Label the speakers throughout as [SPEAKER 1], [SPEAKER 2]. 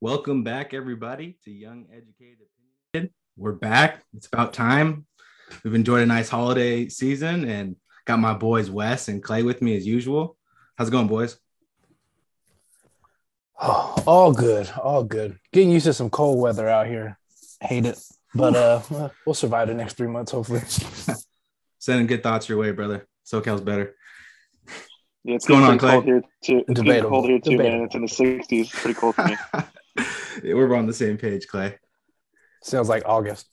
[SPEAKER 1] Welcome back, everybody, to Young Educated Opinion. We're back. It's about time. We've enjoyed a nice holiday season and got my boys Wes and Clay with me as usual. How's it going, boys?
[SPEAKER 2] Oh, all good, all good. Getting used to some cold weather out here. Hate it, but uh, we'll survive the next three months, hopefully.
[SPEAKER 1] Sending good thoughts your way, brother. SoCal's better.
[SPEAKER 3] Yeah, it's
[SPEAKER 1] What's going
[SPEAKER 3] getting
[SPEAKER 1] on,
[SPEAKER 3] pretty cold here too. It's getting
[SPEAKER 2] Debatable.
[SPEAKER 3] cold here too, man.
[SPEAKER 2] Debatable.
[SPEAKER 3] It's in the 60s. It's pretty cold for me.
[SPEAKER 1] Yeah, We're on the same page, Clay.
[SPEAKER 2] Sounds like August.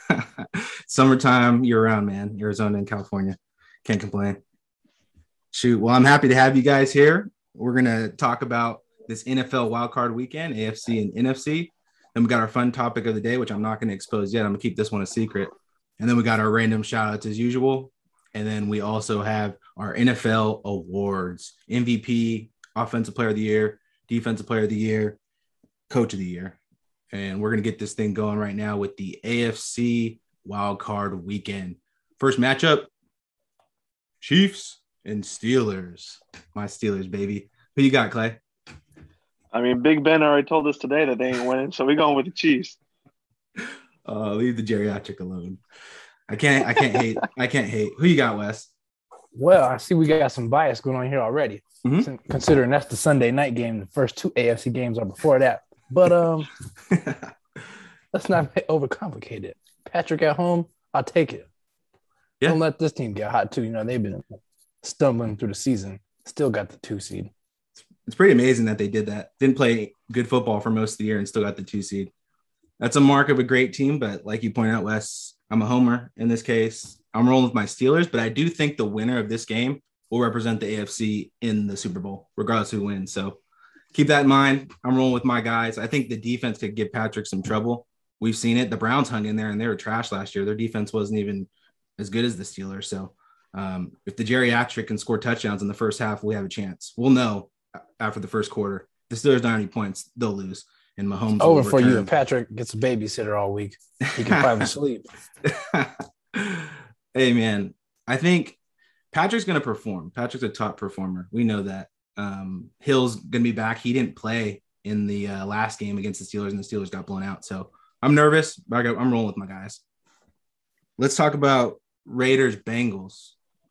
[SPEAKER 1] Summertime year round, man. Arizona and California. Can't complain. Shoot. Well, I'm happy to have you guys here. We're going to talk about this NFL wildcard weekend, AFC and NFC. Then we got our fun topic of the day, which I'm not going to expose yet. I'm going to keep this one a secret. And then we got our random shout outs as usual. And then we also have our NFL awards MVP, Offensive Player of the Year, Defensive Player of the Year, Coach of the Year and we're gonna get this thing going right now with the AFC Wild Card Weekend. First matchup: Chiefs and Steelers. My Steelers, baby. Who you got, Clay?
[SPEAKER 3] I mean, Big Ben already told us today that they ain't winning, so we going with the Chiefs.
[SPEAKER 1] Uh, leave the geriatric alone. I can't. I can't hate. I can't hate. Who you got, Wes?
[SPEAKER 2] Well, I see we got some bias going on here already,
[SPEAKER 1] Mhm.
[SPEAKER 2] Sin- considering that's the Sunday night game. The first two AFC games are before that. But um, let's not overcomplicate it. Patrick at home, I'll take it.
[SPEAKER 1] Yeah.
[SPEAKER 2] Don't let this team get hot too. You know they've been stumbling through the season. Still got the two seed.
[SPEAKER 1] it's pretty amazing that they did that. Didn't play good football for most of the year and still got the two seed. That's a mark of a great team. But like you pointed out, Wes, I'm a homer in this case. I'm rolling with my Steelers, but I do think the winner of this game will represent the AFC in the Super Bowl, regardless who wins. So keep that in mind. I'm rolling with my guys. I think the defense could give Patrick some trouble. We've seen it. The Browns hung in there and they were trash last year. Their defense wasn't even as good as the Steelers. So um, if the geriatric can score touchdowns in the first half, we have a chance. We'll know after the first quarter. If the Steelers don't have any points, they'll lose. And Mahomes will
[SPEAKER 2] Over for you.
[SPEAKER 1] return.
[SPEAKER 2] And Patrick gets a babysitter all week. He can probably sleep.
[SPEAKER 1] hey man, I think Patrick's gonna perform. Patrick's a top performer. We know that. Um, Hill's gonna be back. He didn't play in the uh, last game against the Steelers, and the Steelers got blown out. So I'm nervous, but I got, I'm rolling with my guys. Let's talk about Raiders Bengals.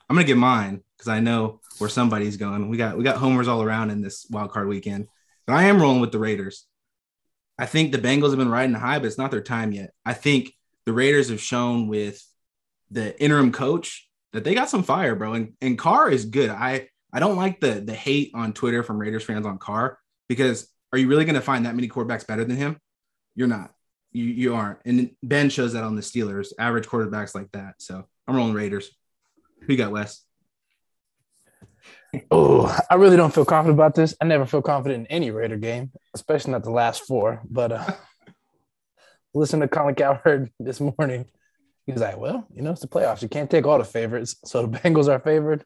[SPEAKER 1] I'm gonna get mine because I know where somebody's going. We got we got homers all around in this wild card weekend, but I am rolling with the Raiders. I think the Bengals have been riding high, but it's not their time yet. I think the Raiders have shown with the interim coach that they got some fire, bro. And and Carr is good. I I don't like the the hate on Twitter from Raiders fans on Carr because are you really going to find that many quarterbacks better than him? You're not. You you aren't. And Ben shows that on the Steelers. Average quarterbacks like that. So I'm rolling Raiders. Who you got, Wes?
[SPEAKER 2] Oh, I really don't feel confident about this. I never feel confident in any Raider game, especially not the last four. But uh, listen to Colin Cowherd this morning. He was like, "Well, you know, it's the playoffs. You can't take all the favorites. So the Bengals are favored.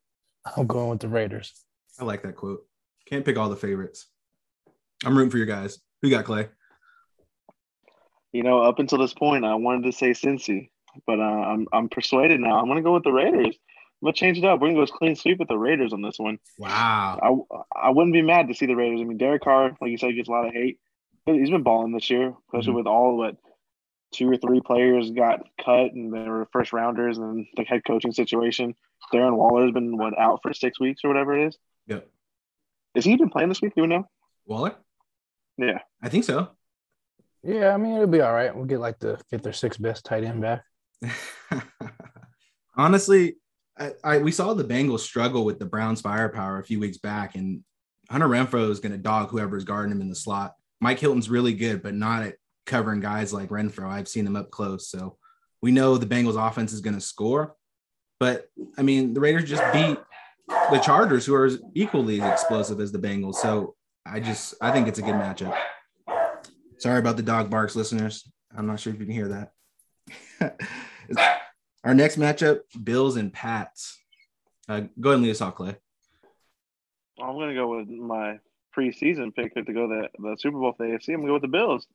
[SPEAKER 2] I'm going with the Raiders.
[SPEAKER 1] I like that quote. Can't pick all the favorites. I'm rooting for your guys. Who you got, Clay?
[SPEAKER 3] You know, up until this point, I wanted to say Cincy, but uh, I'm I'm persuaded now. I'm gonna go with the Raiders. I'm gonna change it up. We're gonna go clean sweep with the Raiders on this one.
[SPEAKER 1] Wow.
[SPEAKER 3] I I wouldn't be mad to see the Raiders. I mean, Derek Carr, like you said, gets a lot of hate. But He's been balling this year, especially with all what two or three players got cut and they were first rounders, and the head coaching situation. Darren Waller's been what out for six weeks or whatever it is.
[SPEAKER 1] Yep.
[SPEAKER 3] Is he even playing this week? Do we know?
[SPEAKER 1] Waller?
[SPEAKER 3] Yeah.
[SPEAKER 1] I think so.
[SPEAKER 2] Yeah, I mean, it'll be all right. We'll get like the fifth or sixth best tight end back.
[SPEAKER 1] Honestly, I, I we saw the Bengals struggle with the Browns' firepower a few weeks back, and Hunter Renfro is going to dog whoever's guarding him in the slot. Mike Hilton's really good, but not at covering guys like Renfro. I've seen him up close, so we know the Bengals' offense is going to score. But I mean, the Raiders just beat the Chargers, who are equally as explosive as the Bengals. So I just I think it's a good matchup. Sorry about the dog barks, listeners. I'm not sure if you can hear that. Our next matchup: Bills and Pats. Uh, go ahead and lead us off, Clay.
[SPEAKER 3] I'm gonna go with my preseason pick to go to the, the Super Bowl for the AFC. I'm gonna go with the Bills.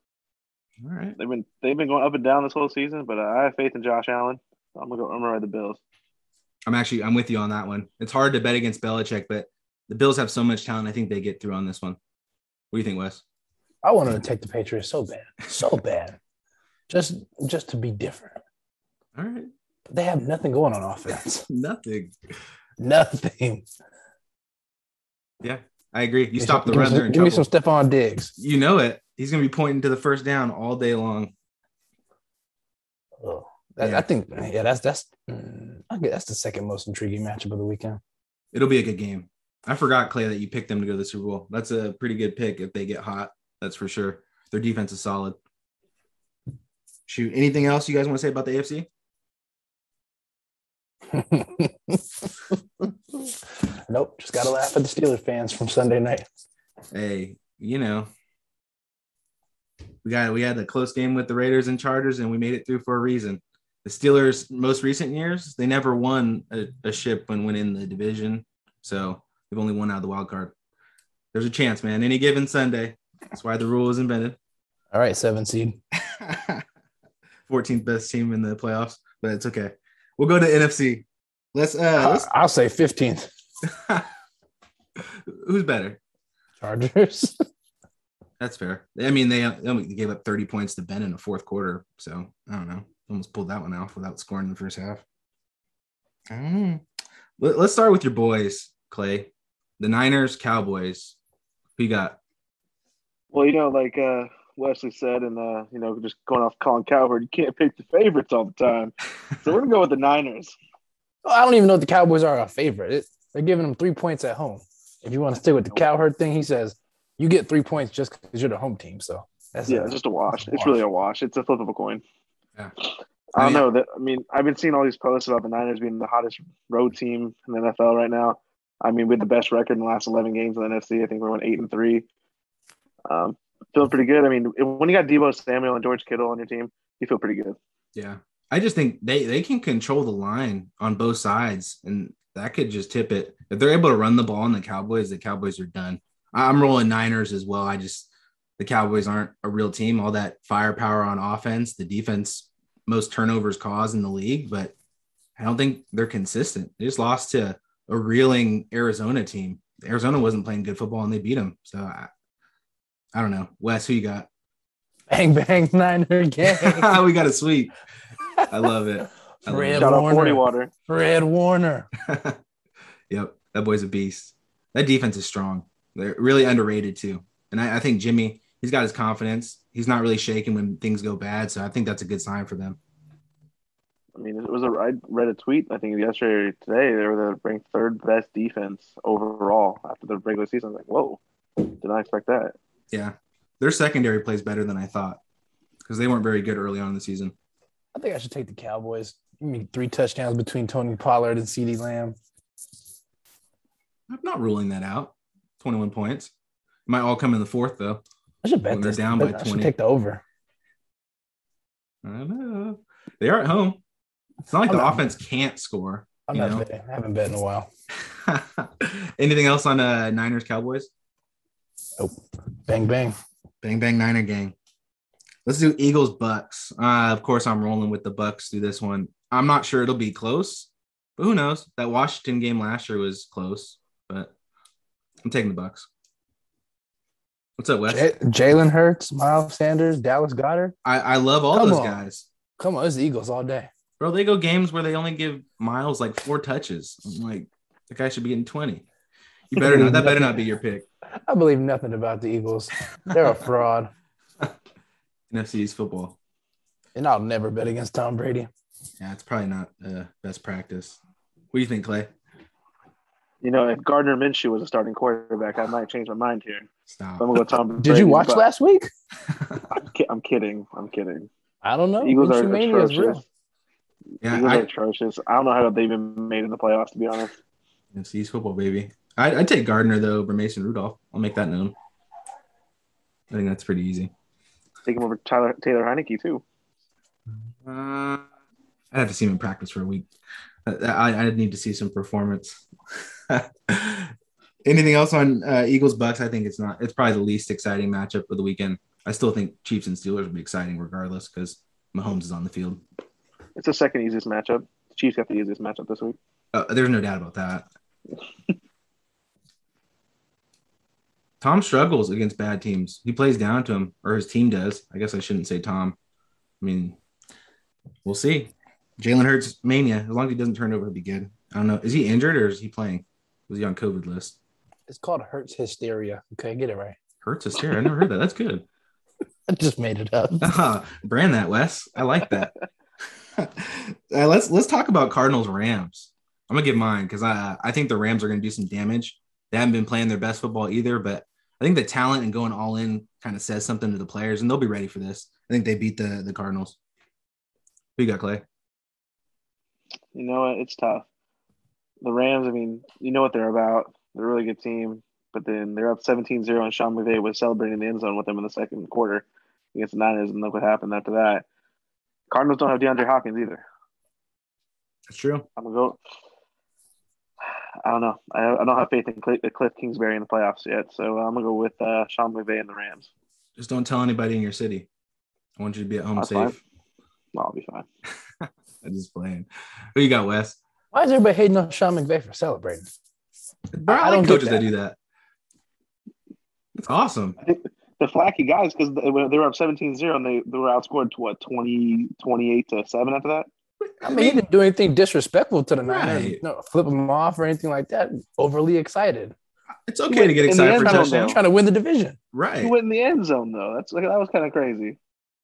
[SPEAKER 1] All right,
[SPEAKER 3] They've been they've been going up and down this whole season, but I have faith in Josh Allen. I'm gonna go. I'm gonna ride the Bills.
[SPEAKER 1] I'm actually I'm with you on that one. It's hard to bet against Belichick, but the Bills have so much talent. I think they get through on this one. What do you think, Wes?
[SPEAKER 2] I wanted to take the Patriots so bad, so bad, just just to be different.
[SPEAKER 1] All right.
[SPEAKER 2] But they have nothing going on offense.
[SPEAKER 1] Nothing.
[SPEAKER 2] nothing.
[SPEAKER 1] I agree. You
[SPEAKER 2] Give
[SPEAKER 1] stop
[SPEAKER 2] me
[SPEAKER 1] the run.
[SPEAKER 2] some-
[SPEAKER 1] they're in
[SPEAKER 2] Give me some
[SPEAKER 1] trouble.
[SPEAKER 2] Stephon Diggs.
[SPEAKER 1] You know it. He's going to be pointing to the first down all day long.
[SPEAKER 2] Oh, that-
[SPEAKER 1] Yeah.
[SPEAKER 2] I think yeah, that's that's mm, I guess that's the second most intriguing matchup of the weekend.
[SPEAKER 1] It'll be a good game. I forgot, Clay, that you picked them to go to the Super Bowl. That's a pretty good pick if they get hot. That's for sure. Their defense is solid. Shoot. Anything else you guys want to say about the AFC?
[SPEAKER 2] nope, just gotta laugh at the Steelers fans from Sunday night.
[SPEAKER 1] Hey, you know, we got we had a close game with the Raiders and Chargers, and we made it through for a reason. The Steelers, most recent years, they never won a, a ship when winning the division, so they've only won out of the wild card. There's a chance, man. Any given Sunday. That's why the rule was invented.
[SPEAKER 2] All right, seven seed.
[SPEAKER 1] 14th best team in the playoffs, but it's okay. We'll go to NFC. Let's uh,
[SPEAKER 2] I- I'll say fifteenth.
[SPEAKER 1] let's- who's better?
[SPEAKER 2] Chargers.
[SPEAKER 1] That's fair. I mean, they, they only gave up 30 points to Ben in the fourth quarter. So I don't know. Almost pulled that one off without scoring in the first half. I don't know. Let, us start with your boys, Clay. The Niners, Cowboys. Who you got?
[SPEAKER 3] Well, you know, like uh, Wesley said, and uh, you know, just going off Colin Cowherd, you can't pick the favorites all the time. So we're gonna go with the Niners.
[SPEAKER 2] Well, I don't even know if the Cowboys are our favorite. It- they're giving them three points at home. If you want to stick with the Cowherd thing, he says you get three points just because you're the home team. So that's
[SPEAKER 3] Yeah,
[SPEAKER 2] a-
[SPEAKER 3] it's just a wash.
[SPEAKER 2] It's a
[SPEAKER 3] It's
[SPEAKER 2] wash.
[SPEAKER 3] really a wash. It's a flip of a coin.
[SPEAKER 1] Yeah.
[SPEAKER 3] I don't
[SPEAKER 1] I
[SPEAKER 3] know. That I mean, I've been seeing all these posts about the Niners being the hottest road team in the NFL right now. I mean, we had the best record in the last eleven games in the NFC. I think we went eight and three. Um, feeling pretty good. I mean, when you got Debo Samuel and George Kittle on your team, you feel pretty good.
[SPEAKER 1] Yeah. I just think they, they can control the line on both sides, and that could just tip it. If they're able to run the ball on the Cowboys, the Cowboys are done. I- I'm rolling Niners as well. I just, the Cowboys aren't a real team. All that firepower on offense, the defense, most turnovers caused in the league, but I don't think they're consistent. They just lost to a reeling Arizona team. Arizona wasn't playing good football and they beat them. So I, I don't know. Wes, who you got?
[SPEAKER 2] bang bang Niner gang.
[SPEAKER 1] we got a sweep. I love it. I love
[SPEAKER 2] Fred
[SPEAKER 1] it.
[SPEAKER 3] Shout out
[SPEAKER 2] Warner.
[SPEAKER 3] Forty Water.
[SPEAKER 2] Fred Warner.
[SPEAKER 1] yep, that boy's a beast. That defense is strong. They're really underrated too. And I, I think Jimmy, he's got his confidence. He's not really shaking when things go bad. So I think that's a good sign for them.
[SPEAKER 3] I mean, it was a I read a tweet I think yesterday or today they were the ranked third best defense overall after the regular season. I was like, whoa, did not expect that.
[SPEAKER 1] Yeah, their secondary plays better than I thought because they weren't very good early on in the season.
[SPEAKER 2] I think I should take the Cowboys. I mean, three touchdowns between Tony Pollard and CeeDee Lamb.
[SPEAKER 1] I'm not ruling that out. 21 points might all come in the fourth though.
[SPEAKER 2] I should bet
[SPEAKER 1] When they're
[SPEAKER 2] this.
[SPEAKER 1] down
[SPEAKER 2] I
[SPEAKER 1] by
[SPEAKER 2] should
[SPEAKER 1] 20.
[SPEAKER 2] take the over.
[SPEAKER 1] I don't know. They are at home. It's not like
[SPEAKER 2] I'm
[SPEAKER 1] the
[SPEAKER 2] not-
[SPEAKER 1] offense can't score.
[SPEAKER 2] I'm
[SPEAKER 1] You
[SPEAKER 2] not
[SPEAKER 1] know?
[SPEAKER 2] betting. I haven't bet in a while.
[SPEAKER 1] Anything else on uh, Niners Cowboys?
[SPEAKER 2] Bang bang.
[SPEAKER 1] Bang bang Niner gang. Let's do Eagles Bucks. Uh, of course, I'm rolling with the Bucks through this one. I'm not sure it'll be close, but who knows? That Washington game last year was close, but I'm taking the Bucks. What's up, Wes?
[SPEAKER 2] J- Jalen Hurts, Miles Sanders, Dallas Goddard.
[SPEAKER 1] I, I love all
[SPEAKER 2] Come
[SPEAKER 1] those
[SPEAKER 2] on.
[SPEAKER 1] guys,
[SPEAKER 2] Come on, it's the Eagles all day.
[SPEAKER 1] bro. They go games where they only give Miles like four touches. I'm like, the guy should be getting 20. You better not. That better not be your pick.
[SPEAKER 2] I believe nothing about the Eagles. They're a fraud.
[SPEAKER 1] NFC's football.
[SPEAKER 2] And I'll never bet against Tom Brady.
[SPEAKER 1] Yeah, it's probably not uh, best practice. What do you think, Clay?
[SPEAKER 3] You know, if Gardner Minshew was a starting quarterback, I might change my mind here.
[SPEAKER 1] Stop.
[SPEAKER 3] So I'm gonna go Tom.
[SPEAKER 2] Did you
[SPEAKER 3] Brady,
[SPEAKER 2] watch
[SPEAKER 3] but
[SPEAKER 2] last week?
[SPEAKER 3] I'm, ki- I'm kidding. I'm kidding.
[SPEAKER 2] I don't know.
[SPEAKER 3] Eagles are
[SPEAKER 2] Oh, Minshew mania is real.
[SPEAKER 3] atrocious.
[SPEAKER 1] Yeah,
[SPEAKER 3] Eagles
[SPEAKER 1] I-
[SPEAKER 3] are atrocious. I don't know how they even made it in the playoffs. To be honest,
[SPEAKER 1] NFC's football, baby. I, I'd take Gardner though over Mason Rudolph. I'll make that known. I think that's pretty easy.
[SPEAKER 3] take him over Tyler Taylor Heineke too.
[SPEAKER 1] Uh, I'd have to see him in practice for a week. Uh, I, I, I'd need to see some performance. Anything else on uh, Eagles Bucks? I think it's not. It's probably the least exciting matchup of the weekend. I still think Chiefs and Steelers will be exciting regardless because Mahomes is on the field.
[SPEAKER 3] It's the second easiest matchup. The Chiefs got the easiest matchup this week.
[SPEAKER 1] Uh, there's no doubt about that. Tom struggles against bad teams. He plays down to him, or his team does. I guess I shouldn't say Tom. I mean, we'll see. Jalen Hurts mania. As long as he doesn't turn it over, it'll be good. I don't know. Is he injured or is he playing? Was he on COVID list?
[SPEAKER 2] It's called Hurts hysteria. Okay, get it right.
[SPEAKER 1] Hurts is here. I never heard that. That's good.
[SPEAKER 2] I just made it up.
[SPEAKER 1] Ah, brand that, Wes. I like that. Uh, let's let's talk about Cardinals Rams. I'm gonna give mine because I I think the Rams are gonna do some damage. They haven't been playing their best football either, but I think the talent and going all in kind of says something to the players, and they'll be ready for this. I think they beat the the Cardinals. Who you got, Clay?
[SPEAKER 3] You know what? It's tough. The Rams. I mean, you know what they're about. They're a really good team, but then they're up 17-0, and Sean McVay was celebrating the end zone with them in the second quarter against the Niners, and look what happened after that. Cardinals don't have DeAndre Hopkins either.
[SPEAKER 1] That's true.
[SPEAKER 3] I'm gonna go. I don't know. I, I don't have faith in Cliff, Cliff, Kingsbury in the playoffs yet, so I'm gonna go with uh, Sean McVay and the Rams.
[SPEAKER 1] Just don't tell anybody in your city. I want you to be at home
[SPEAKER 3] That's
[SPEAKER 1] safe.
[SPEAKER 3] No, I'll be fine.
[SPEAKER 1] I'm just playing. Who you got, Wes?
[SPEAKER 2] Why is everybody hating on Sean McVay for celebrating?
[SPEAKER 1] Bro, I,
[SPEAKER 2] I
[SPEAKER 1] like
[SPEAKER 2] don't get
[SPEAKER 1] coaches that.
[SPEAKER 2] that.
[SPEAKER 1] do that. It's awesome.
[SPEAKER 3] The flaky guys, because they were they were up 17-0 and they, they were outscored to what 20, 28 to seven after that.
[SPEAKER 2] I mean, he didn't do anything disrespectful to the Niners.
[SPEAKER 1] Right.
[SPEAKER 2] No, flip them off or anything like that. Overly excited.
[SPEAKER 1] It's okay to get
[SPEAKER 3] In the
[SPEAKER 1] excited
[SPEAKER 3] end
[SPEAKER 1] for
[SPEAKER 3] zone,
[SPEAKER 1] touchdowns.
[SPEAKER 3] though.
[SPEAKER 2] I'm trying to win the division.
[SPEAKER 3] He
[SPEAKER 1] Right.
[SPEAKER 3] went in the end zone though. That's like, that was kind of crazy.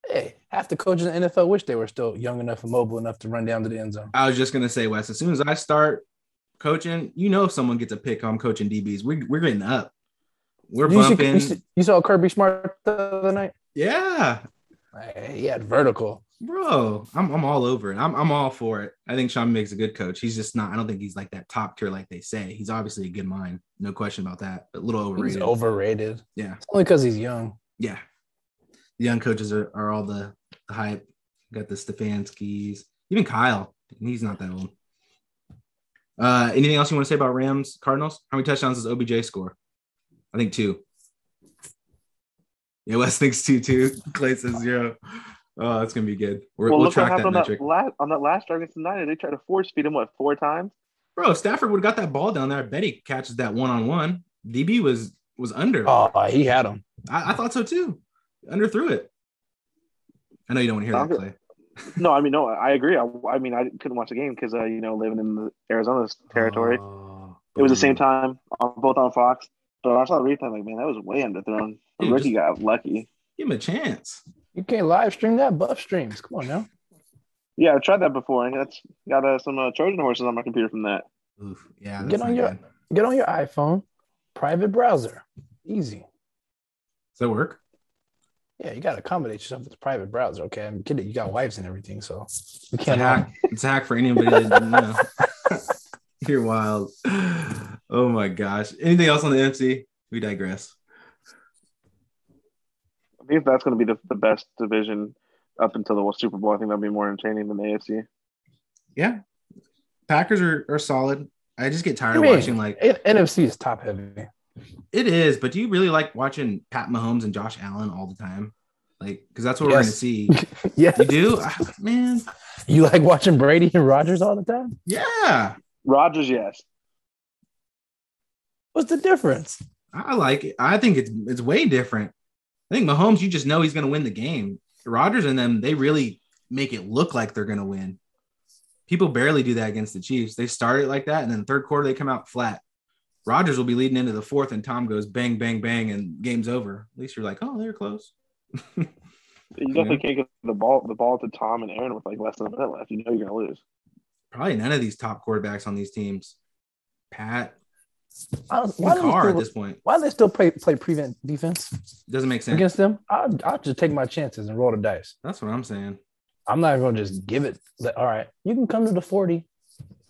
[SPEAKER 2] Hey, half the coaches in the NFL wish they were still young enough and mobile enough to run down to the end zone.
[SPEAKER 1] I was just gonna say, Wes. As soon as I start coaching, you know, if someone gets a pick, I'm coaching DBs. We, we're getting up. We're
[SPEAKER 2] You, see-
[SPEAKER 1] bumping.
[SPEAKER 2] you see- you saw Kirby Smart the other night?
[SPEAKER 1] yeah,
[SPEAKER 2] Hey, He had vertical.
[SPEAKER 1] bro. I'm, I'm all over it. I'm, I'm all for it. I think Sean McVay's a good coach. He's just not. I don't think he's like that top tier like they say. He's obviously a good mind, no question about that. But a little overrated.
[SPEAKER 2] He's overrated.
[SPEAKER 1] Yeah.
[SPEAKER 2] It's only because he's young.
[SPEAKER 1] Yeah. The young coaches are, are all the, the hype. Got the Stefanskis, even Kyle. He's not that old. Uh, anything else you want to say about Rams, Cardinals? How many touchdowns does OBJ score? I think two. Yeah, Wes thinks two, two. Clay says zero. Oh, that's gonna be good. We're,
[SPEAKER 3] well,
[SPEAKER 1] we'll
[SPEAKER 3] look what
[SPEAKER 1] track that
[SPEAKER 3] happened on
[SPEAKER 1] metric,
[SPEAKER 3] that last on that last drive against the Niners. They tried to force feed him what four times.
[SPEAKER 1] bro. If Stafford would have got that ball down there. I bet he catches that one on one. DB was was under.
[SPEAKER 2] Oh, he had him.
[SPEAKER 1] I, I thought so too. Under threw it. I know you don't want to hear that,
[SPEAKER 3] Under-
[SPEAKER 1] Clay.
[SPEAKER 3] No, I mean no, I agree. I, I mean I couldn't watch the game because uh, you know living in the Arizona territory.
[SPEAKER 1] Oh,
[SPEAKER 3] It was the same
[SPEAKER 1] boom.
[SPEAKER 3] time, on, both on Fox. But when I saw the replay, I'm like, man, that was way underthrown. The
[SPEAKER 1] Dude,
[SPEAKER 3] rookie
[SPEAKER 1] just-
[SPEAKER 3] got lucky.
[SPEAKER 1] Give him a chance.
[SPEAKER 2] You can't live stream that. Buff streams. Come on now.
[SPEAKER 3] Yeah, I tried that before, and that's got uh, some uh, Trojan horses on my computer from that.
[SPEAKER 1] Oof. Yeah.
[SPEAKER 2] Get
[SPEAKER 1] that's
[SPEAKER 2] on
[SPEAKER 1] not
[SPEAKER 2] your-
[SPEAKER 1] good.
[SPEAKER 2] Get on your iPhone, private browser. Easy.
[SPEAKER 1] Does that work?
[SPEAKER 2] Yeah, you gotta accommodate yourself with a private browser. Okay, I'm kidding. You got wives and everything, so you
[SPEAKER 1] It's a
[SPEAKER 2] can't.
[SPEAKER 1] hack. It's a hack for anybody that didn't know. You're wild. Oh my gosh. Anything else on the NFC? We digress.
[SPEAKER 3] I think that's going to be the, the best division up until the Super Bowl. I think that'll be more entertaining than the AFC.
[SPEAKER 1] Yeah. Packers are, are solid. I just get tired of
[SPEAKER 2] I mean,
[SPEAKER 1] watching like
[SPEAKER 2] N- NFC is top heavy.
[SPEAKER 1] it is, but do you really like watching Pat Mahomes and Josh Allen all the time? Like, because that's what we're
[SPEAKER 2] Yes.
[SPEAKER 1] gonna see.
[SPEAKER 2] Yeah,
[SPEAKER 1] You do? Ah, Man,
[SPEAKER 2] you like watching Brady and Rogers all the time?
[SPEAKER 1] yeah.
[SPEAKER 3] Rodgers, yes.
[SPEAKER 2] What's the difference?
[SPEAKER 1] I like it. I think it's it's way different. I think Mahomes, you just know he's going to win the game. Rodgers and them, they really make it look like they're going to win. People barely do that against the Chiefs. They start it like that, and then third quarter they come out flat. Rodgers will be leading into the fourth, and Tom goes bang, bang, bang, and game's over. At least you're like, oh, they're close.
[SPEAKER 3] You definitely can't get the ball the ball to Tom and Aaron with like less than a minute left. You know you're going to lose.
[SPEAKER 1] Probably none of these top quarterbacks on these teams. Pat,
[SPEAKER 2] I don't-
[SPEAKER 1] even
[SPEAKER 2] Why, do they
[SPEAKER 1] Carr at
[SPEAKER 2] still,
[SPEAKER 1] this point
[SPEAKER 2] why do they still play play prevent defense
[SPEAKER 1] doesn't make sense.
[SPEAKER 2] against them? I I just take my chances and roll the dice.
[SPEAKER 1] That's what I'm saying.
[SPEAKER 2] I'm not gonna just give it. Like, all right, you can come to the forty,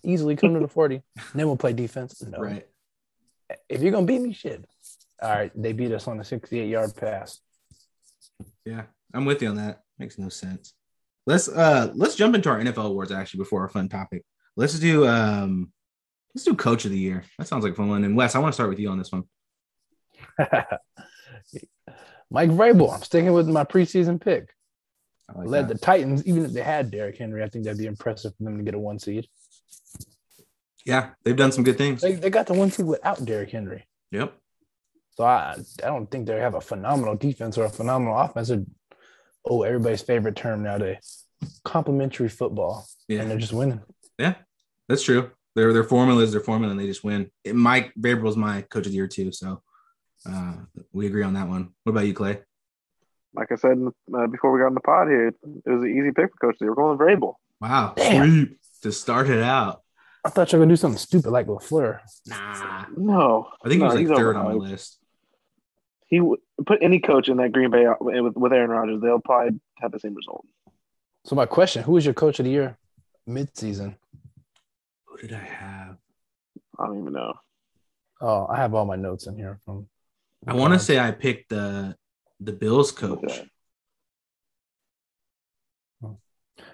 [SPEAKER 2] easily come to the forty, and then we'll play defense. No,
[SPEAKER 1] Right.
[SPEAKER 2] if you're gonna beat me, shit. All right, they beat us on a 68 yard pass.
[SPEAKER 1] Yeah, I'm with you on that. Makes no sense. Let's uh let's jump into our NFL awards actually before our fun topic. Let's do um let's do coach of the year. That sounds like a fun one. And Wes, I want to start with you on this one.
[SPEAKER 2] Mike Vrabel, I'm sticking with my preseason pick.
[SPEAKER 1] I like
[SPEAKER 2] Led
[SPEAKER 1] that.
[SPEAKER 2] the Titans, even if they had Derrick Henry, I think that'd be impressive for them to get a one seed.
[SPEAKER 1] Yeah, they've done some good things.
[SPEAKER 2] They, they got the one seed without Derrick Henry.
[SPEAKER 1] Yep.
[SPEAKER 2] So I, I don't think they have a phenomenal defense or a phenomenal offense. They're- Oh, everybody's favorite term nowadays, complimentary football,
[SPEAKER 1] Yeah.
[SPEAKER 2] and they're just winning.
[SPEAKER 1] Yeah, that's true. Their their formula is their formula, and they just win. It, Mike Vrabel's my coach of the year too, so uh, we agree on that one. What about you, Clay?
[SPEAKER 3] Like I said in the- uh, before we got in the pod here, it was an easy pick for coach. They were going Vrabel.
[SPEAKER 1] Wow,
[SPEAKER 2] Damn.
[SPEAKER 1] sweep to start it out.
[SPEAKER 2] I thought you were gonna do something stupid like Lafleur.
[SPEAKER 1] Nah, I
[SPEAKER 3] No,
[SPEAKER 1] think
[SPEAKER 3] no,
[SPEAKER 1] it was
[SPEAKER 3] he's
[SPEAKER 1] like third on my
[SPEAKER 3] overhyped.
[SPEAKER 1] list.
[SPEAKER 3] He w- put any coach in that Green Bay out- with, with Aaron Rodgers, they'll probably have the same result.
[SPEAKER 2] So my question: Who is your coach of the year midseason?
[SPEAKER 1] Who did I have?
[SPEAKER 3] I don't even know.
[SPEAKER 2] Oh, I have all my notes in here from.
[SPEAKER 1] I want to say I picked the the Bills coach.
[SPEAKER 3] Okay.
[SPEAKER 2] All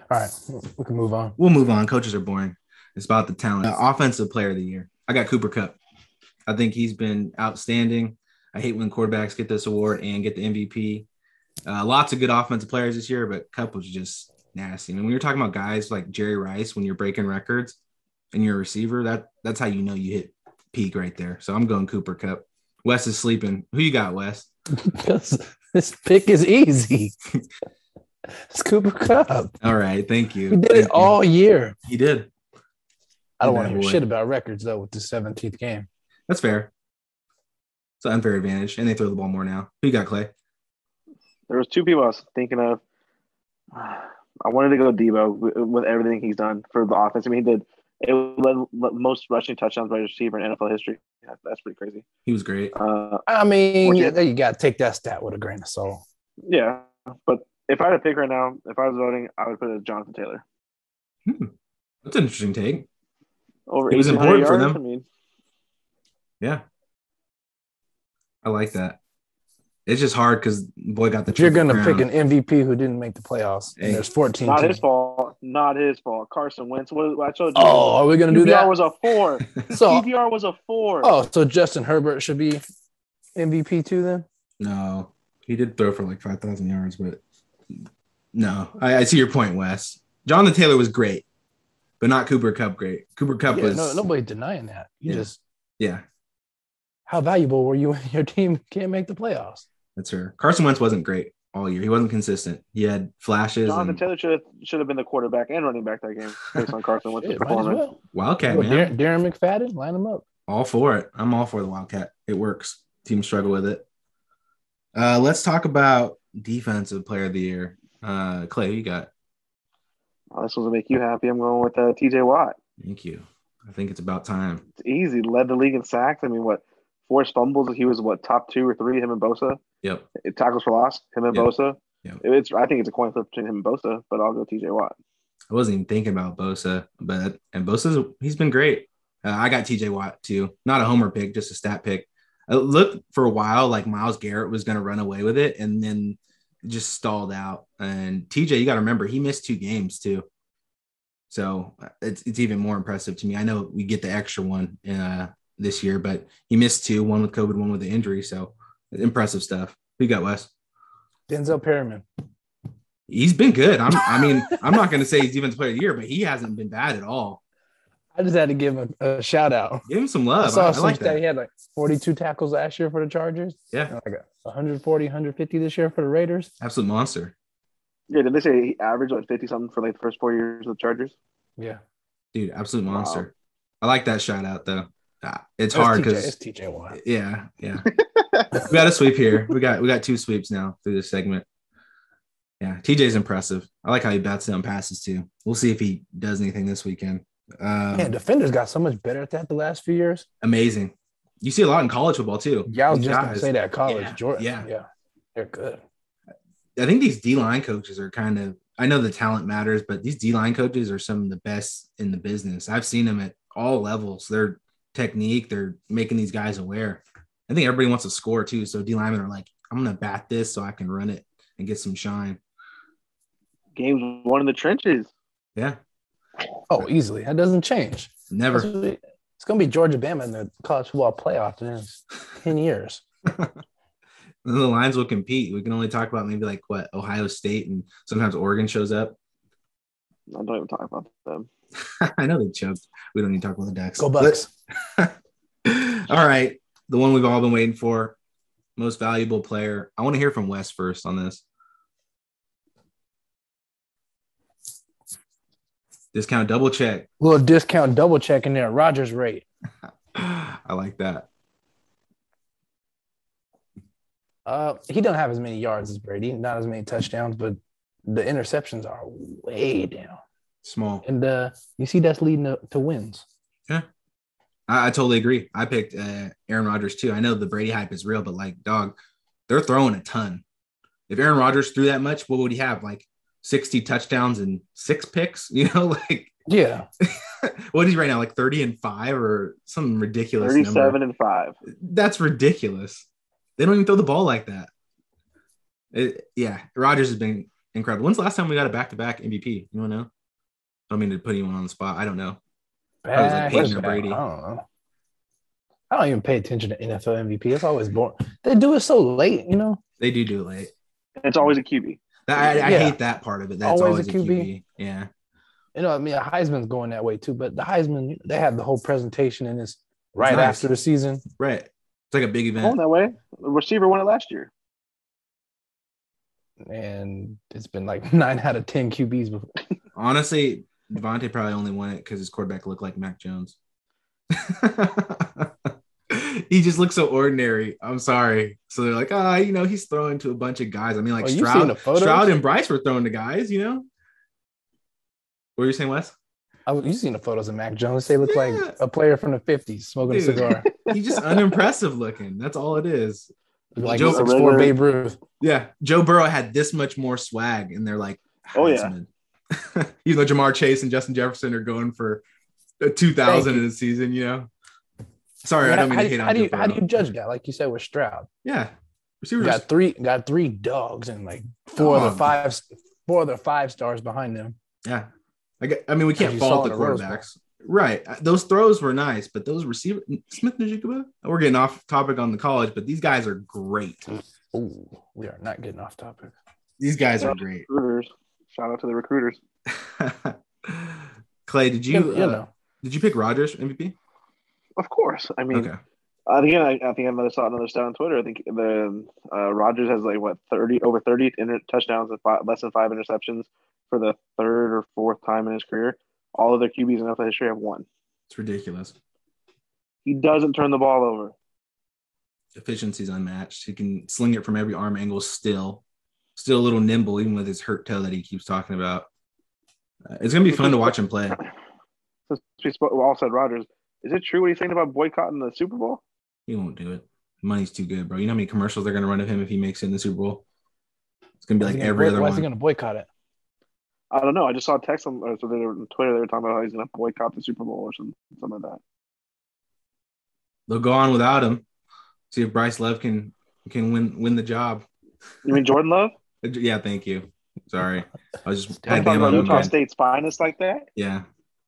[SPEAKER 2] right, we can move on.
[SPEAKER 1] We'll move on. Coaches are boring. It's about the talent. Uh, offensive player of the year. I got Cooper Cup. I think he's been outstanding. I hate when quarterbacks get this award and get the MVP. Uh, lots of good offensive players this year, but Cup was just nasty. I mean, when you're talking about guys like Jerry Rice, when you're breaking records and you're a receiver, that that's how you know you hit peak right there. So I'm going Cooper Cup. Wes is sleeping. Who you got, Wes?
[SPEAKER 2] Because this pick is easy. it's Cooper Cup.
[SPEAKER 1] All right, thank you.
[SPEAKER 2] He did
[SPEAKER 1] Thank
[SPEAKER 2] it
[SPEAKER 1] you.
[SPEAKER 2] all year.
[SPEAKER 1] He did.
[SPEAKER 2] I don't
[SPEAKER 1] Yeah,
[SPEAKER 2] want to hear
[SPEAKER 1] boy.
[SPEAKER 2] shit about records though with the 17th game.
[SPEAKER 1] That's fair. It's an unfair advantage, and they throw the ball more now. Who you got, Clay?
[SPEAKER 3] There was two people I was thinking of. I wanted to go Debo with, with everything he's done for the offense. I mean, he did it led, led most rushing touchdowns by a receiver in NFL history. That- That's pretty crazy.
[SPEAKER 1] He was great.
[SPEAKER 3] Uh,
[SPEAKER 2] I mean,
[SPEAKER 3] Well,
[SPEAKER 2] yeah,
[SPEAKER 3] yeah.
[SPEAKER 2] you got to take that stat with a grain of salt.
[SPEAKER 3] yeah, but if I had to pick right now, if I was voting, I would put it as Jonathan Taylor.
[SPEAKER 1] Hmm. That's an interesting take.
[SPEAKER 3] Over
[SPEAKER 1] It was
[SPEAKER 3] 1,800
[SPEAKER 1] important for
[SPEAKER 3] yards,
[SPEAKER 1] them.
[SPEAKER 3] I mean,
[SPEAKER 1] Yeah, I like that. It's just hard because boy got the.
[SPEAKER 2] If you're
[SPEAKER 1] triple
[SPEAKER 2] gonna
[SPEAKER 1] crown.
[SPEAKER 2] pick an MVP who didn't make the playoffs, and
[SPEAKER 1] Hey.
[SPEAKER 2] there's 14.
[SPEAKER 3] not
[SPEAKER 2] teams.
[SPEAKER 3] his fault. Not his fault. Carson Wentz. What, what I told you.
[SPEAKER 2] Oh, are we gonna do
[SPEAKER 3] PPR
[SPEAKER 2] that?
[SPEAKER 3] was a four.
[SPEAKER 2] So,
[SPEAKER 3] PPR was a four.
[SPEAKER 2] oh, so Justin Herbert should be MVP too then?
[SPEAKER 1] no, he did throw for like five thousand yards, but no, I, I see your point, Wes. Jonathan Taylor was great, but not Cooper Cup great. Cooper Cup
[SPEAKER 2] Yeah,
[SPEAKER 1] was
[SPEAKER 2] no, nobody denying that. You
[SPEAKER 1] Yeah.
[SPEAKER 2] just
[SPEAKER 1] yeah,
[SPEAKER 2] how valuable were you when your team can't make the playoffs?
[SPEAKER 1] that's her. Carson Wentz wasn't great all year. He wasn't consistent. He had flashes.
[SPEAKER 3] Jonathan
[SPEAKER 1] and-
[SPEAKER 3] Taylor should have should have been the quarterback and running back that game based on Carson Wentz's
[SPEAKER 2] Shit, might as
[SPEAKER 3] performance.
[SPEAKER 2] well.
[SPEAKER 1] Wildcat
[SPEAKER 2] Well,
[SPEAKER 1] man.
[SPEAKER 2] Darren, Darren McFadden, line them up.
[SPEAKER 1] all for it. I'm all for the Wildcat. It works. Teams struggle with it. Uh, let's talk about defensive player of the year. Uh, Clay, who you got?
[SPEAKER 3] Oh, this one's gonna make you happy. I'm going with uh, T.J. Watt.
[SPEAKER 1] Thank you. I think it's about time.
[SPEAKER 3] It's easy. Led the league in sacks. I mean, what forced fumbles? He was what top two or three. Him and Bosa.
[SPEAKER 1] Yep.
[SPEAKER 3] It tackles for loss. Him and
[SPEAKER 1] Yeah.
[SPEAKER 3] Bosa.
[SPEAKER 1] Yeah.
[SPEAKER 3] It's. I think it's a coin flip between him and Bosa, but I'll go T.J. Watt.
[SPEAKER 1] I wasn't even thinking about Bosa, but and Bosa's he's been great. Uh, I got T.J. Watt too. Not a homer pick, just a stat pick. It looked for a while like Miles Garrett was going to run away with it, and then just stalled out. And T.J., you got to remember he missed two games too. So uh, it's, it's even more impressive to me. I know we get the extra one uh, this year, but he missed two, one with COVID, one with the injury. So impressive stuff. Who you got, Wes?
[SPEAKER 2] Denzel Perryman.
[SPEAKER 1] He's been good. I'm, I mean, I'm not going to say he's defensive player of the year, but he hasn't been bad at all.
[SPEAKER 2] I just had to give him a, a shout out.
[SPEAKER 1] Give him some
[SPEAKER 2] I
[SPEAKER 1] love. Oh, I,
[SPEAKER 2] saw
[SPEAKER 1] I
[SPEAKER 2] some
[SPEAKER 1] like
[SPEAKER 2] stat.
[SPEAKER 1] that.
[SPEAKER 2] He had like 42 tackles last year for the Chargers.
[SPEAKER 1] Yeah.
[SPEAKER 2] and Like 140, 150 this year for the Raiders.
[SPEAKER 1] Absolute monster.
[SPEAKER 3] Yeah. Did they say he averaged like fifty something for like the first four years of the Chargers?
[SPEAKER 2] Yeah.
[SPEAKER 1] Dude, absolute
[SPEAKER 3] Wow.
[SPEAKER 1] monster. I like that shout out though. Uh, It's
[SPEAKER 2] That's
[SPEAKER 1] hard
[SPEAKER 2] TJ
[SPEAKER 1] because
[SPEAKER 2] It's TJ Watt.
[SPEAKER 1] yeah, yeah. we got a sweep here. We got we got two sweeps now through this segment. Yeah, TJ's impressive. I like how he bats down passes too. We'll see if he does anything this weekend. Um,
[SPEAKER 2] Man, defenders got so much better at that the last few years.
[SPEAKER 1] amazing. You see a lot in college football too.
[SPEAKER 2] Yeah, I was
[SPEAKER 1] These
[SPEAKER 2] just gonna
[SPEAKER 1] guys.
[SPEAKER 2] say that college,
[SPEAKER 1] Yeah,
[SPEAKER 2] Jordan.
[SPEAKER 1] yeah.
[SPEAKER 2] yeah, they're good.
[SPEAKER 1] I think these D line coaches are kind of. I know the talent matters, but these D line coaches are some of the best in the business. I've seen them at all levels. Their technique, they're making these guys aware. I think everybody wants to score too, so D linemen are like, "I'm going to bat this so I can run it and get some shine."
[SPEAKER 3] Games won in the trenches.
[SPEAKER 1] Yeah,
[SPEAKER 2] Oh, easily. That doesn't change.
[SPEAKER 1] never.
[SPEAKER 2] That's what- It's gonna be Georgia Bama in the college football playoff in 10 years.
[SPEAKER 1] And the lines will compete. We can only talk about maybe like what Ohio State and sometimes Oregon shows up.
[SPEAKER 3] I don't even talk about them.
[SPEAKER 1] I know they choked. We don't need to talk about the Ducks.
[SPEAKER 2] Go Bucks.
[SPEAKER 1] all right. The one we've all been waiting for most valuable player. I want to hear from Wes first on this. Discount double check.
[SPEAKER 2] little discount double check in there. Rogers rate.
[SPEAKER 1] I like that.
[SPEAKER 2] Uh, he don't have as many yards as Brady, not as many touchdowns, but the interceptions are way down.
[SPEAKER 1] Small.
[SPEAKER 2] And uh, you see, that's leading to, to wins.
[SPEAKER 1] I, I totally agree. I picked uh, Aaron Rodgers too. I know the Brady hype is real, but like, dog, they're throwing a ton. If Aaron Rodgers threw that much, what would he have? Like 60 touchdowns and six picks? You know, like,
[SPEAKER 2] Yeah,
[SPEAKER 1] what is he right now? Like 30 and five or some ridiculous number?
[SPEAKER 3] 37 and 5.
[SPEAKER 1] that's ridiculous. They don't even throw the ball like that. It- yeah, Rodgers has been incredible. When's the last time we got a back-to-back MVP? You want to know? I don't mean to put anyone on the spot. I don't know. I was, like,
[SPEAKER 2] Back
[SPEAKER 1] hating
[SPEAKER 2] to
[SPEAKER 1] on
[SPEAKER 2] back.
[SPEAKER 1] Brady.
[SPEAKER 2] I don't know. I don't even pay attention to NFL MVP. It's always boring. They do it so late, you know.
[SPEAKER 1] They do do it late.
[SPEAKER 3] It's always a QB.
[SPEAKER 1] That, I, I
[SPEAKER 2] Yeah.
[SPEAKER 1] hate that part of it. That's always,
[SPEAKER 2] Always a
[SPEAKER 1] a QB.
[SPEAKER 2] QB.
[SPEAKER 1] Yeah,
[SPEAKER 2] You know, I mean, Heisman's going that way too. But the Heisman, they have the whole presentation, and it's right
[SPEAKER 1] nice.
[SPEAKER 2] after the season.
[SPEAKER 1] right. It's like a big
[SPEAKER 3] Going
[SPEAKER 1] event.
[SPEAKER 3] that way. The receiver won it last year.
[SPEAKER 2] And it's been like nine out of ten QBs before.
[SPEAKER 1] Honestly, Devontae probably only won it because his quarterback looked like Mac Jones. he just looks so ordinary. I'm sorry. So they're like, ah, you know, he's throwing to a bunch of guys. I mean, like
[SPEAKER 2] Oh, you've
[SPEAKER 1] Stroud.
[SPEAKER 2] seen the photos?
[SPEAKER 1] Stroud and Bryce were throwing to guys, you know. What were you saying, Wes?
[SPEAKER 2] I was, you seen the photos of Mac Jones? They look
[SPEAKER 1] Yeah.
[SPEAKER 2] like a player from the '50s smoking
[SPEAKER 1] Dude.
[SPEAKER 2] a cigar,
[SPEAKER 1] He's just unimpressive looking. That's all it is.
[SPEAKER 2] like
[SPEAKER 1] Joe-
[SPEAKER 2] six four Babe Ruth.
[SPEAKER 1] Yeah. Joe Burrow had this much more swag, and they're like,
[SPEAKER 3] Oh, yeah.
[SPEAKER 1] yeah. Even though Jamar Chase and Justin Jefferson are going for uh, 2,000
[SPEAKER 2] Thank
[SPEAKER 1] in a season, you know. Sorry, I
[SPEAKER 2] Man,
[SPEAKER 1] don't mean
[SPEAKER 2] how,
[SPEAKER 1] to hate
[SPEAKER 2] how
[SPEAKER 1] on
[SPEAKER 2] do you
[SPEAKER 1] Joe
[SPEAKER 2] how do you
[SPEAKER 1] Burrow.
[SPEAKER 2] judge that? Like you said with Stroud,
[SPEAKER 1] Yeah. Receivers.
[SPEAKER 2] got three got three dogs and like four of
[SPEAKER 1] Oh.
[SPEAKER 2] the five four of the five stars behind them.
[SPEAKER 1] Yeah. I, get, I mean, we can't
[SPEAKER 2] you saw
[SPEAKER 1] fault
[SPEAKER 2] in
[SPEAKER 1] the
[SPEAKER 2] the Rose Bowl.
[SPEAKER 1] quarterbacks. Right. Uh, Those throws were nice, but those receiver Smith Najikuba, we're getting off topic on the college, but these guys are great.
[SPEAKER 2] Ooh, we are not getting off topic.
[SPEAKER 1] These guys are great.
[SPEAKER 3] Recruiters. Shout out to the recruiters.
[SPEAKER 1] Clay, did you,
[SPEAKER 2] You, you
[SPEAKER 1] uh,
[SPEAKER 2] know,
[SPEAKER 1] did you pick Rogers MVP?
[SPEAKER 3] Of course. I mean,
[SPEAKER 1] Okay.
[SPEAKER 3] I think I, I think I might have saw another stat on Twitter. I think the uh, Rogers has like what thirty over thirty inter- touchdowns and five, less than five interceptions for the third or fourth time in his career. All of their QBs in NFL history have won.
[SPEAKER 1] It's ridiculous.
[SPEAKER 3] He doesn't turn the ball over.
[SPEAKER 1] Efficiency's unmatched. He can sling it from every arm angle still. Still a little nimble, even with his hurt toe that he keeps talking about. Uh, it's going to be fun to watch him play.
[SPEAKER 3] Since we, spoke, we all said Rogers, is it true what he's saying about boycotting the Super Bowl?
[SPEAKER 1] He won't do it. Money's too good, bro. You know how many commercials they're going to run of him if he makes it in the Super Bowl? It's going to be like
[SPEAKER 2] Why's he gonna
[SPEAKER 1] every
[SPEAKER 2] boy-
[SPEAKER 1] other
[SPEAKER 2] why's he
[SPEAKER 1] one.
[SPEAKER 2] going to boycott it?
[SPEAKER 3] I don't know. I just saw a text on or so they were on Twitter. They were talking about how he's going to boycott the Super Bowl or something, something like that.
[SPEAKER 1] They'll go on without him. See if Bryce Love can can win win the job. Uh,
[SPEAKER 3] You mean Jordan Love?
[SPEAKER 1] Yeah, thank you. Sorry, I was just
[SPEAKER 3] Talking
[SPEAKER 1] had Bama
[SPEAKER 3] about
[SPEAKER 1] on my
[SPEAKER 3] Utah
[SPEAKER 1] mind.
[SPEAKER 3] State's finest like that?
[SPEAKER 1] Yeah,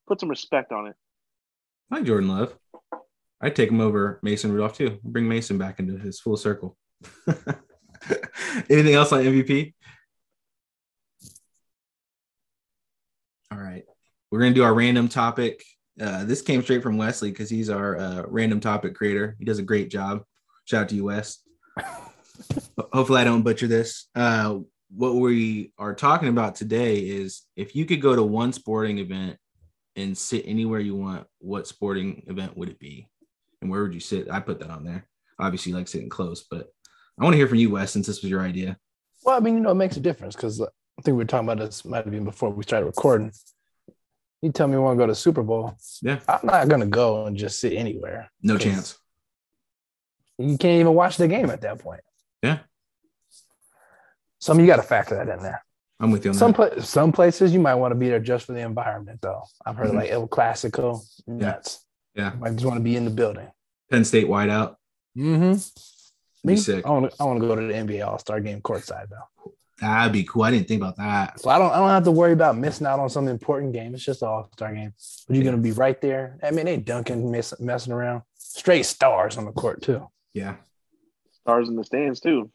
[SPEAKER 3] Put some respect on it.
[SPEAKER 1] I like Jordan Love. I'd take him over Mason Rudolph too. Bring Mason back into his full circle. Anything else on MVP? All right, we're gonna do our random topic. Uh, this came straight from Wesley because he's our uh, random topic creator. He does a great job. Shout out to you, Wes. Ho- Hopefully, I don't butcher this. Uh, what we are talking about today is if you could go to one sporting event and sit anywhere you want, what sporting event would it be? And where would you sit? I put that on there. Obviously, you like sitting close, but I want to hear from you, Wes, since this was your idea.
[SPEAKER 2] Well, I mean, you know, it makes a difference because I think we were talking about this might have been before we started recording. You tell me you want to go to Super Bowl.
[SPEAKER 1] Yeah.
[SPEAKER 2] I'm not going to go and just sit anywhere.
[SPEAKER 1] No
[SPEAKER 2] Yes.
[SPEAKER 1] chance.
[SPEAKER 2] You can't even watch the game at that point.
[SPEAKER 1] Yeah.
[SPEAKER 2] So I mean, you got to factor that in there.
[SPEAKER 1] I'm with you on
[SPEAKER 2] Some
[SPEAKER 1] that.
[SPEAKER 2] pla- some places you might want to be there just for the environment, though. I've heard
[SPEAKER 1] Mhm.
[SPEAKER 2] like El Clasico, nuts.
[SPEAKER 1] Yeah.
[SPEAKER 2] You might just want to be in the building.
[SPEAKER 1] Penn State wideout.
[SPEAKER 2] Mm-hmm.
[SPEAKER 1] Be sick.
[SPEAKER 2] I want to I want to go to the NBA All Star Game courtside though,
[SPEAKER 1] That'd be cool. I didn't think about that.
[SPEAKER 2] so I don't I don't have to worry about missing out on some important game. It's just an All Star Game, but you're gonna be right there. I mean, they dunking, mess, messing around, straight stars on the court too.
[SPEAKER 1] Yeah.
[SPEAKER 3] Stars in the stands too.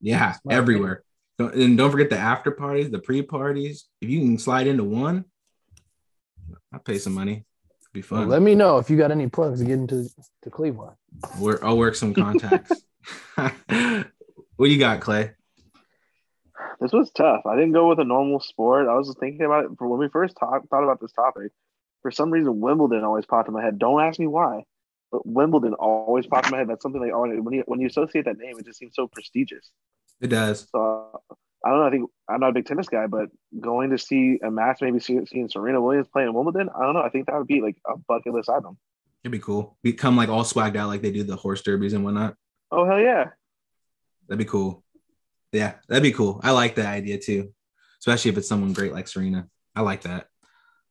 [SPEAKER 1] Yeah.
[SPEAKER 2] my
[SPEAKER 1] Everywhere. Don't, and don't forget the after parties, the pre parties. If you can slide into one, I'll pay some money. It'd be
[SPEAKER 2] Well,
[SPEAKER 1] fun.
[SPEAKER 2] let me know if you got any plugs to get into to Cleveland.
[SPEAKER 1] We're, I'll work some contacts. what you got, Clay?
[SPEAKER 3] This was tough. I didn't go with a normal sport. I was just thinking about it for when we first talk, thought about this topic. For some reason, Wimbledon always popped in my head. Don't ask me why, but Wimbledon always popped in my head. That's something like always when you when you associate that name, it just seems so prestigious.
[SPEAKER 1] It does.
[SPEAKER 3] So uh, I don't know. I think I'm not a big tennis guy, but going to see a match, maybe see, seeing Serena Williams playing in Wimbledon, I don't know. I think that would be like a bucket list item.
[SPEAKER 1] It'd be cool. Become like all swagged out like they do the horse derbies and whatnot.
[SPEAKER 3] Oh hell yeah!
[SPEAKER 1] That'd be cool. Yeah, that'd be cool. I like that idea too, especially if it's someone great like Serena. I like that.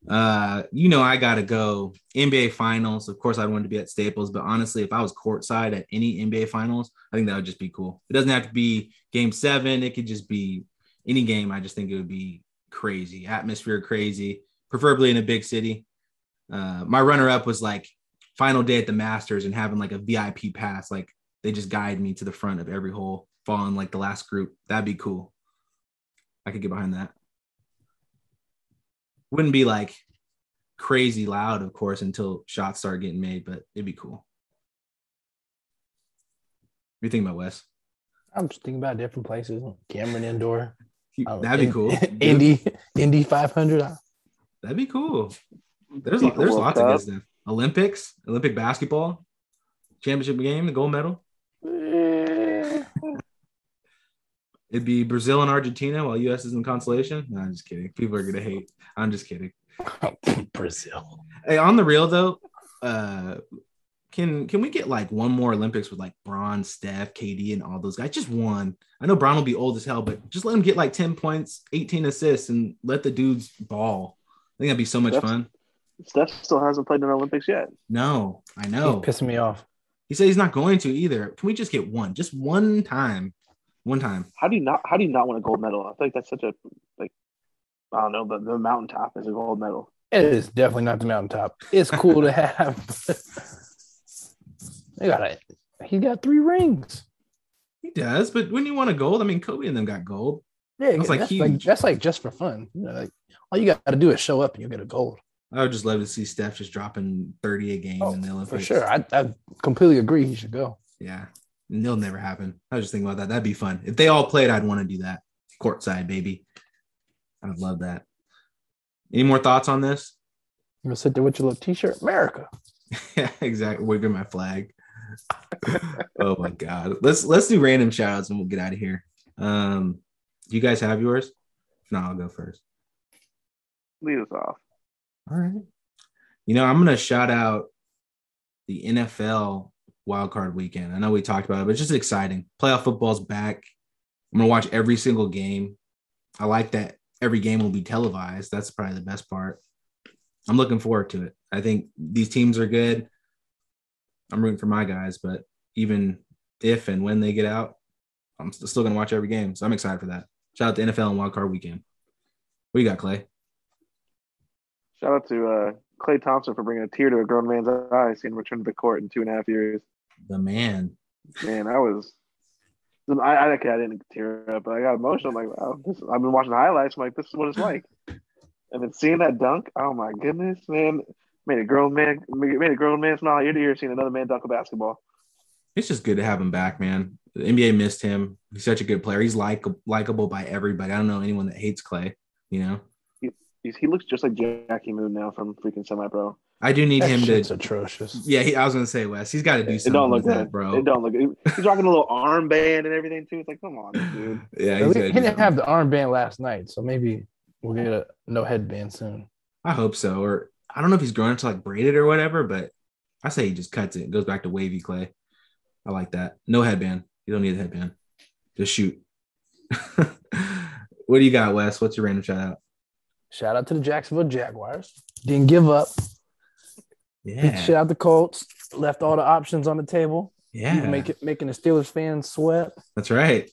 [SPEAKER 1] Uh, you know, I gotta go NBA Finals. Of course, I wanted to be at Staples, but honestly, if I was courtside at any NBA Finals, I think that would just be cool. It doesn't have to be Game Seven. It could just be any game. I just think it would be crazy, atmosphere crazy, preferably in a big city. Uh, my runner-up was like final day at the Masters and having like a VIP pass, like they just guide me to the front of every hole, fall in like the last group. That'd be cool. I could get behind that. Wouldn't be like crazy loud, of course, until shots start getting made, but it'd be cool. What do you think about Wes?
[SPEAKER 2] I'm just thinking about different places. Cameron Indoor. uh,
[SPEAKER 1] That'd be
[SPEAKER 2] in-
[SPEAKER 1] cool.
[SPEAKER 2] Indy Indy 500. I-
[SPEAKER 1] That'd be cool. There's
[SPEAKER 3] FIFA
[SPEAKER 1] there's
[SPEAKER 3] World
[SPEAKER 1] lots of good
[SPEAKER 3] Cup.
[SPEAKER 1] stuff. Olympics, Olympic basketball, championship game, the gold medal.
[SPEAKER 2] eh,
[SPEAKER 1] It'd be Brazil and Argentina while US is in consolation. No, I'm just kidding. People are gonna hate. I'm just kidding.
[SPEAKER 2] Brazil.
[SPEAKER 1] Hey, on the real though, uh, can can we get like one more Olympics with like Braun, Steph, KD, and all those guys? Just one. I know Braun will be old as hell, but just let him get like ten points, eighteen assists, and let the dudes ball. I think that'd be so much
[SPEAKER 3] That's-
[SPEAKER 1] fun.
[SPEAKER 3] Steph still hasn't played in the Olympics yet.
[SPEAKER 1] No, I
[SPEAKER 2] Oh.
[SPEAKER 1] know.
[SPEAKER 2] Pissing me off.
[SPEAKER 1] He said he's not going to either. Can we just get one? Just one time. One time.
[SPEAKER 3] How do you not? How do you not want a gold medal? I feel like that's such a like. I don't know, but the mountaintop is a gold medal.
[SPEAKER 2] It is definitely not the mountaintop. It's cool to have. they got it. He got three rings.
[SPEAKER 1] He does, but when you want a gold, I mean Kobe and them got gold.
[SPEAKER 2] Yeah,
[SPEAKER 1] That's,
[SPEAKER 2] that's
[SPEAKER 1] like,
[SPEAKER 2] like,
[SPEAKER 1] huge.
[SPEAKER 2] that's like just for fun. You know, like all you got to do is show up and you'll get a gold.
[SPEAKER 1] I would just love to see Steph just dropping 30 a game
[SPEAKER 2] Oh,
[SPEAKER 1] in the Olympics.
[SPEAKER 2] For sure. I, I completely agree. He should go.
[SPEAKER 1] Yeah. And they'll never happen. I was just thinking about that. That'd be fun. If they all played, I'd want to do that. Courtside, baby. I'd love that. Any more thoughts on this?
[SPEAKER 2] You gonna sit there with your little T-shirt, America.
[SPEAKER 1] yeah, exactly. Waving my flag. oh my god. Let's let's do random shout outs and we'll get out of here. Um, do you guys have yours? If not, I'll go first.
[SPEAKER 3] Lead us off.
[SPEAKER 1] All right. You know, I'm gonna shout out the NFL wildcard weekend. I know we talked about it, but it's just exciting. Playoff football's back. I'm gonna watch every single game. I like that every game will be televised. That's probably the best part. I'm looking forward to it. I think these teams are good. I'm rooting for my guys, but even if and when they get out, I'm st- still gonna watch every game. So I'm excited for that. Shout out to NFL and wildcard weekend. What you got, Clay?
[SPEAKER 3] Shout out to uh, Clay Thompson for bringing a tear to a grown man's eye, seeing Return to the Court in two and a half years.
[SPEAKER 1] The man.
[SPEAKER 3] Man, I was. I, I, okay, I didn't tear up, but I got emotional. I'm like, wow, this, I've been watching highlights. I'm like, this is what it's like. And then seeing that dunk, oh my goodness, man! Made a grown man made a grown man smile ear to ear seeing another man dunk a basketball.
[SPEAKER 1] it's just good to have him back, man. The NBA missed him. He's such a good player. He's like likable by everybody. I don't know anyone that hates Clay. You know,
[SPEAKER 3] He's, he looks just like Jackie Moon now from freaking Semi Pro.
[SPEAKER 1] I do need
[SPEAKER 2] That
[SPEAKER 1] him
[SPEAKER 2] shit's
[SPEAKER 1] to.
[SPEAKER 2] atrocious.
[SPEAKER 1] Yeah, he, I was gonna say Wes. He's got to do
[SPEAKER 3] It
[SPEAKER 1] something.
[SPEAKER 3] don't look
[SPEAKER 1] with that,
[SPEAKER 3] good,
[SPEAKER 1] bro.
[SPEAKER 3] It don't look. Good. He's rocking a little armband and everything too. It's like, come on, dude.
[SPEAKER 1] Yeah,
[SPEAKER 2] At
[SPEAKER 1] he's
[SPEAKER 2] least
[SPEAKER 1] gotta do
[SPEAKER 2] he didn't
[SPEAKER 1] something.
[SPEAKER 2] have the armband last night, so maybe we'll get a no headband soon.
[SPEAKER 1] I hope so. Or I don't know if he's growing to like braid it or whatever, but I say he just cuts it. It goes back to wavy Clay. I like that. No headband. You don't need a headband. Just shoot. what do you got, Wes? What's your random shout out?
[SPEAKER 2] Shout out to the Jacksonville Jaguars. Didn't give up. Beat the
[SPEAKER 1] Yeah,
[SPEAKER 2] shit out the Colts. Left all the options on the table.
[SPEAKER 1] yeah.
[SPEAKER 2] Make it, making the Steelers fans sweat.
[SPEAKER 1] That's right.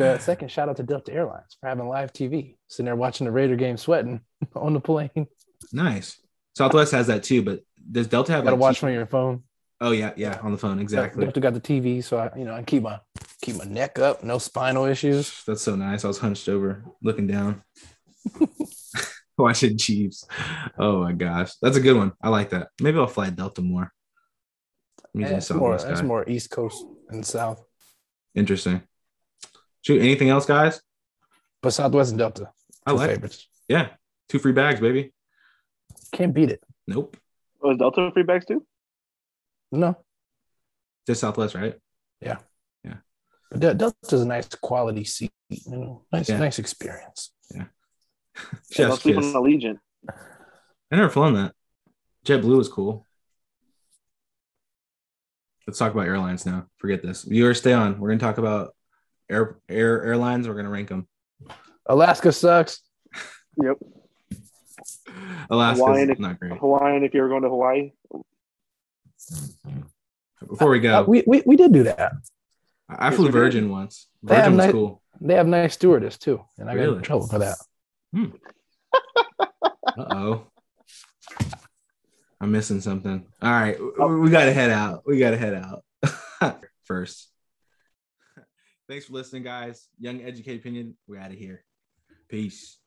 [SPEAKER 2] uh, second, shout out to Delta Airlines for having live TV. Sitting there watching the Raider game, sweating on the plane.
[SPEAKER 1] Nice. Southwest has that too, but does Delta have
[SPEAKER 2] Got to
[SPEAKER 1] like,
[SPEAKER 2] watch from your phone.
[SPEAKER 1] Oh yeah, yeah, on the phone exactly.
[SPEAKER 2] Delta got the TV, so I, you know, I keep my keep my neck up. No spinal issues.
[SPEAKER 1] That's so nice. I was hunched over, looking down. watching Chiefs. Oh my gosh, that's a good one. I like that. Maybe I'll fly Delta more. I'm usually a
[SPEAKER 2] That's Eh, more,
[SPEAKER 1] Southwest
[SPEAKER 2] that's
[SPEAKER 1] guy.
[SPEAKER 2] more East Coast and South,
[SPEAKER 1] Interesting. Shoot, anything else, guys?
[SPEAKER 2] but Southwest and Delta.
[SPEAKER 1] I
[SPEAKER 2] two
[SPEAKER 1] like.
[SPEAKER 2] favorites.
[SPEAKER 1] Yeah, two free bags, baby.
[SPEAKER 2] Can't beat it.
[SPEAKER 1] Nope,
[SPEAKER 3] Was Delta free bags too?
[SPEAKER 2] No,
[SPEAKER 1] just Southwest, right?
[SPEAKER 2] but Del- Delta's a nice quality seat. You know, nice,
[SPEAKER 1] Yeah.
[SPEAKER 2] nice experience.
[SPEAKER 3] Yeah, I'll
[SPEAKER 1] Chef's
[SPEAKER 3] sleep on
[SPEAKER 1] kiss.
[SPEAKER 3] Allegiant.
[SPEAKER 1] I never flown that. JetBlue is cool. Let's talk about airlines now. Forget this. You or stay on. We're gonna talk about air air airlines. We're gonna rank them.
[SPEAKER 2] Alaska sucks.
[SPEAKER 3] Yep.
[SPEAKER 1] Alaska's
[SPEAKER 3] Hawaiian-
[SPEAKER 1] not great.
[SPEAKER 3] Hawaiian, if you were going to Hawaii.
[SPEAKER 1] Before we
[SPEAKER 2] Uh,
[SPEAKER 1] go,
[SPEAKER 2] we, we we did do that.
[SPEAKER 1] I I flew
[SPEAKER 3] Yes, we did.
[SPEAKER 1] Virgin once.
[SPEAKER 2] They
[SPEAKER 1] Virgin
[SPEAKER 2] have
[SPEAKER 1] was
[SPEAKER 2] nice-
[SPEAKER 1] cool.
[SPEAKER 2] They have nice stewardess too, and I got
[SPEAKER 1] Really?
[SPEAKER 2] in trouble for that.
[SPEAKER 1] Uh oh. I'm missing something. All right. we- We got to head out. We got to head out first. Thanks for listening, guys. Young Educate Opinion. We're out of here. Peace.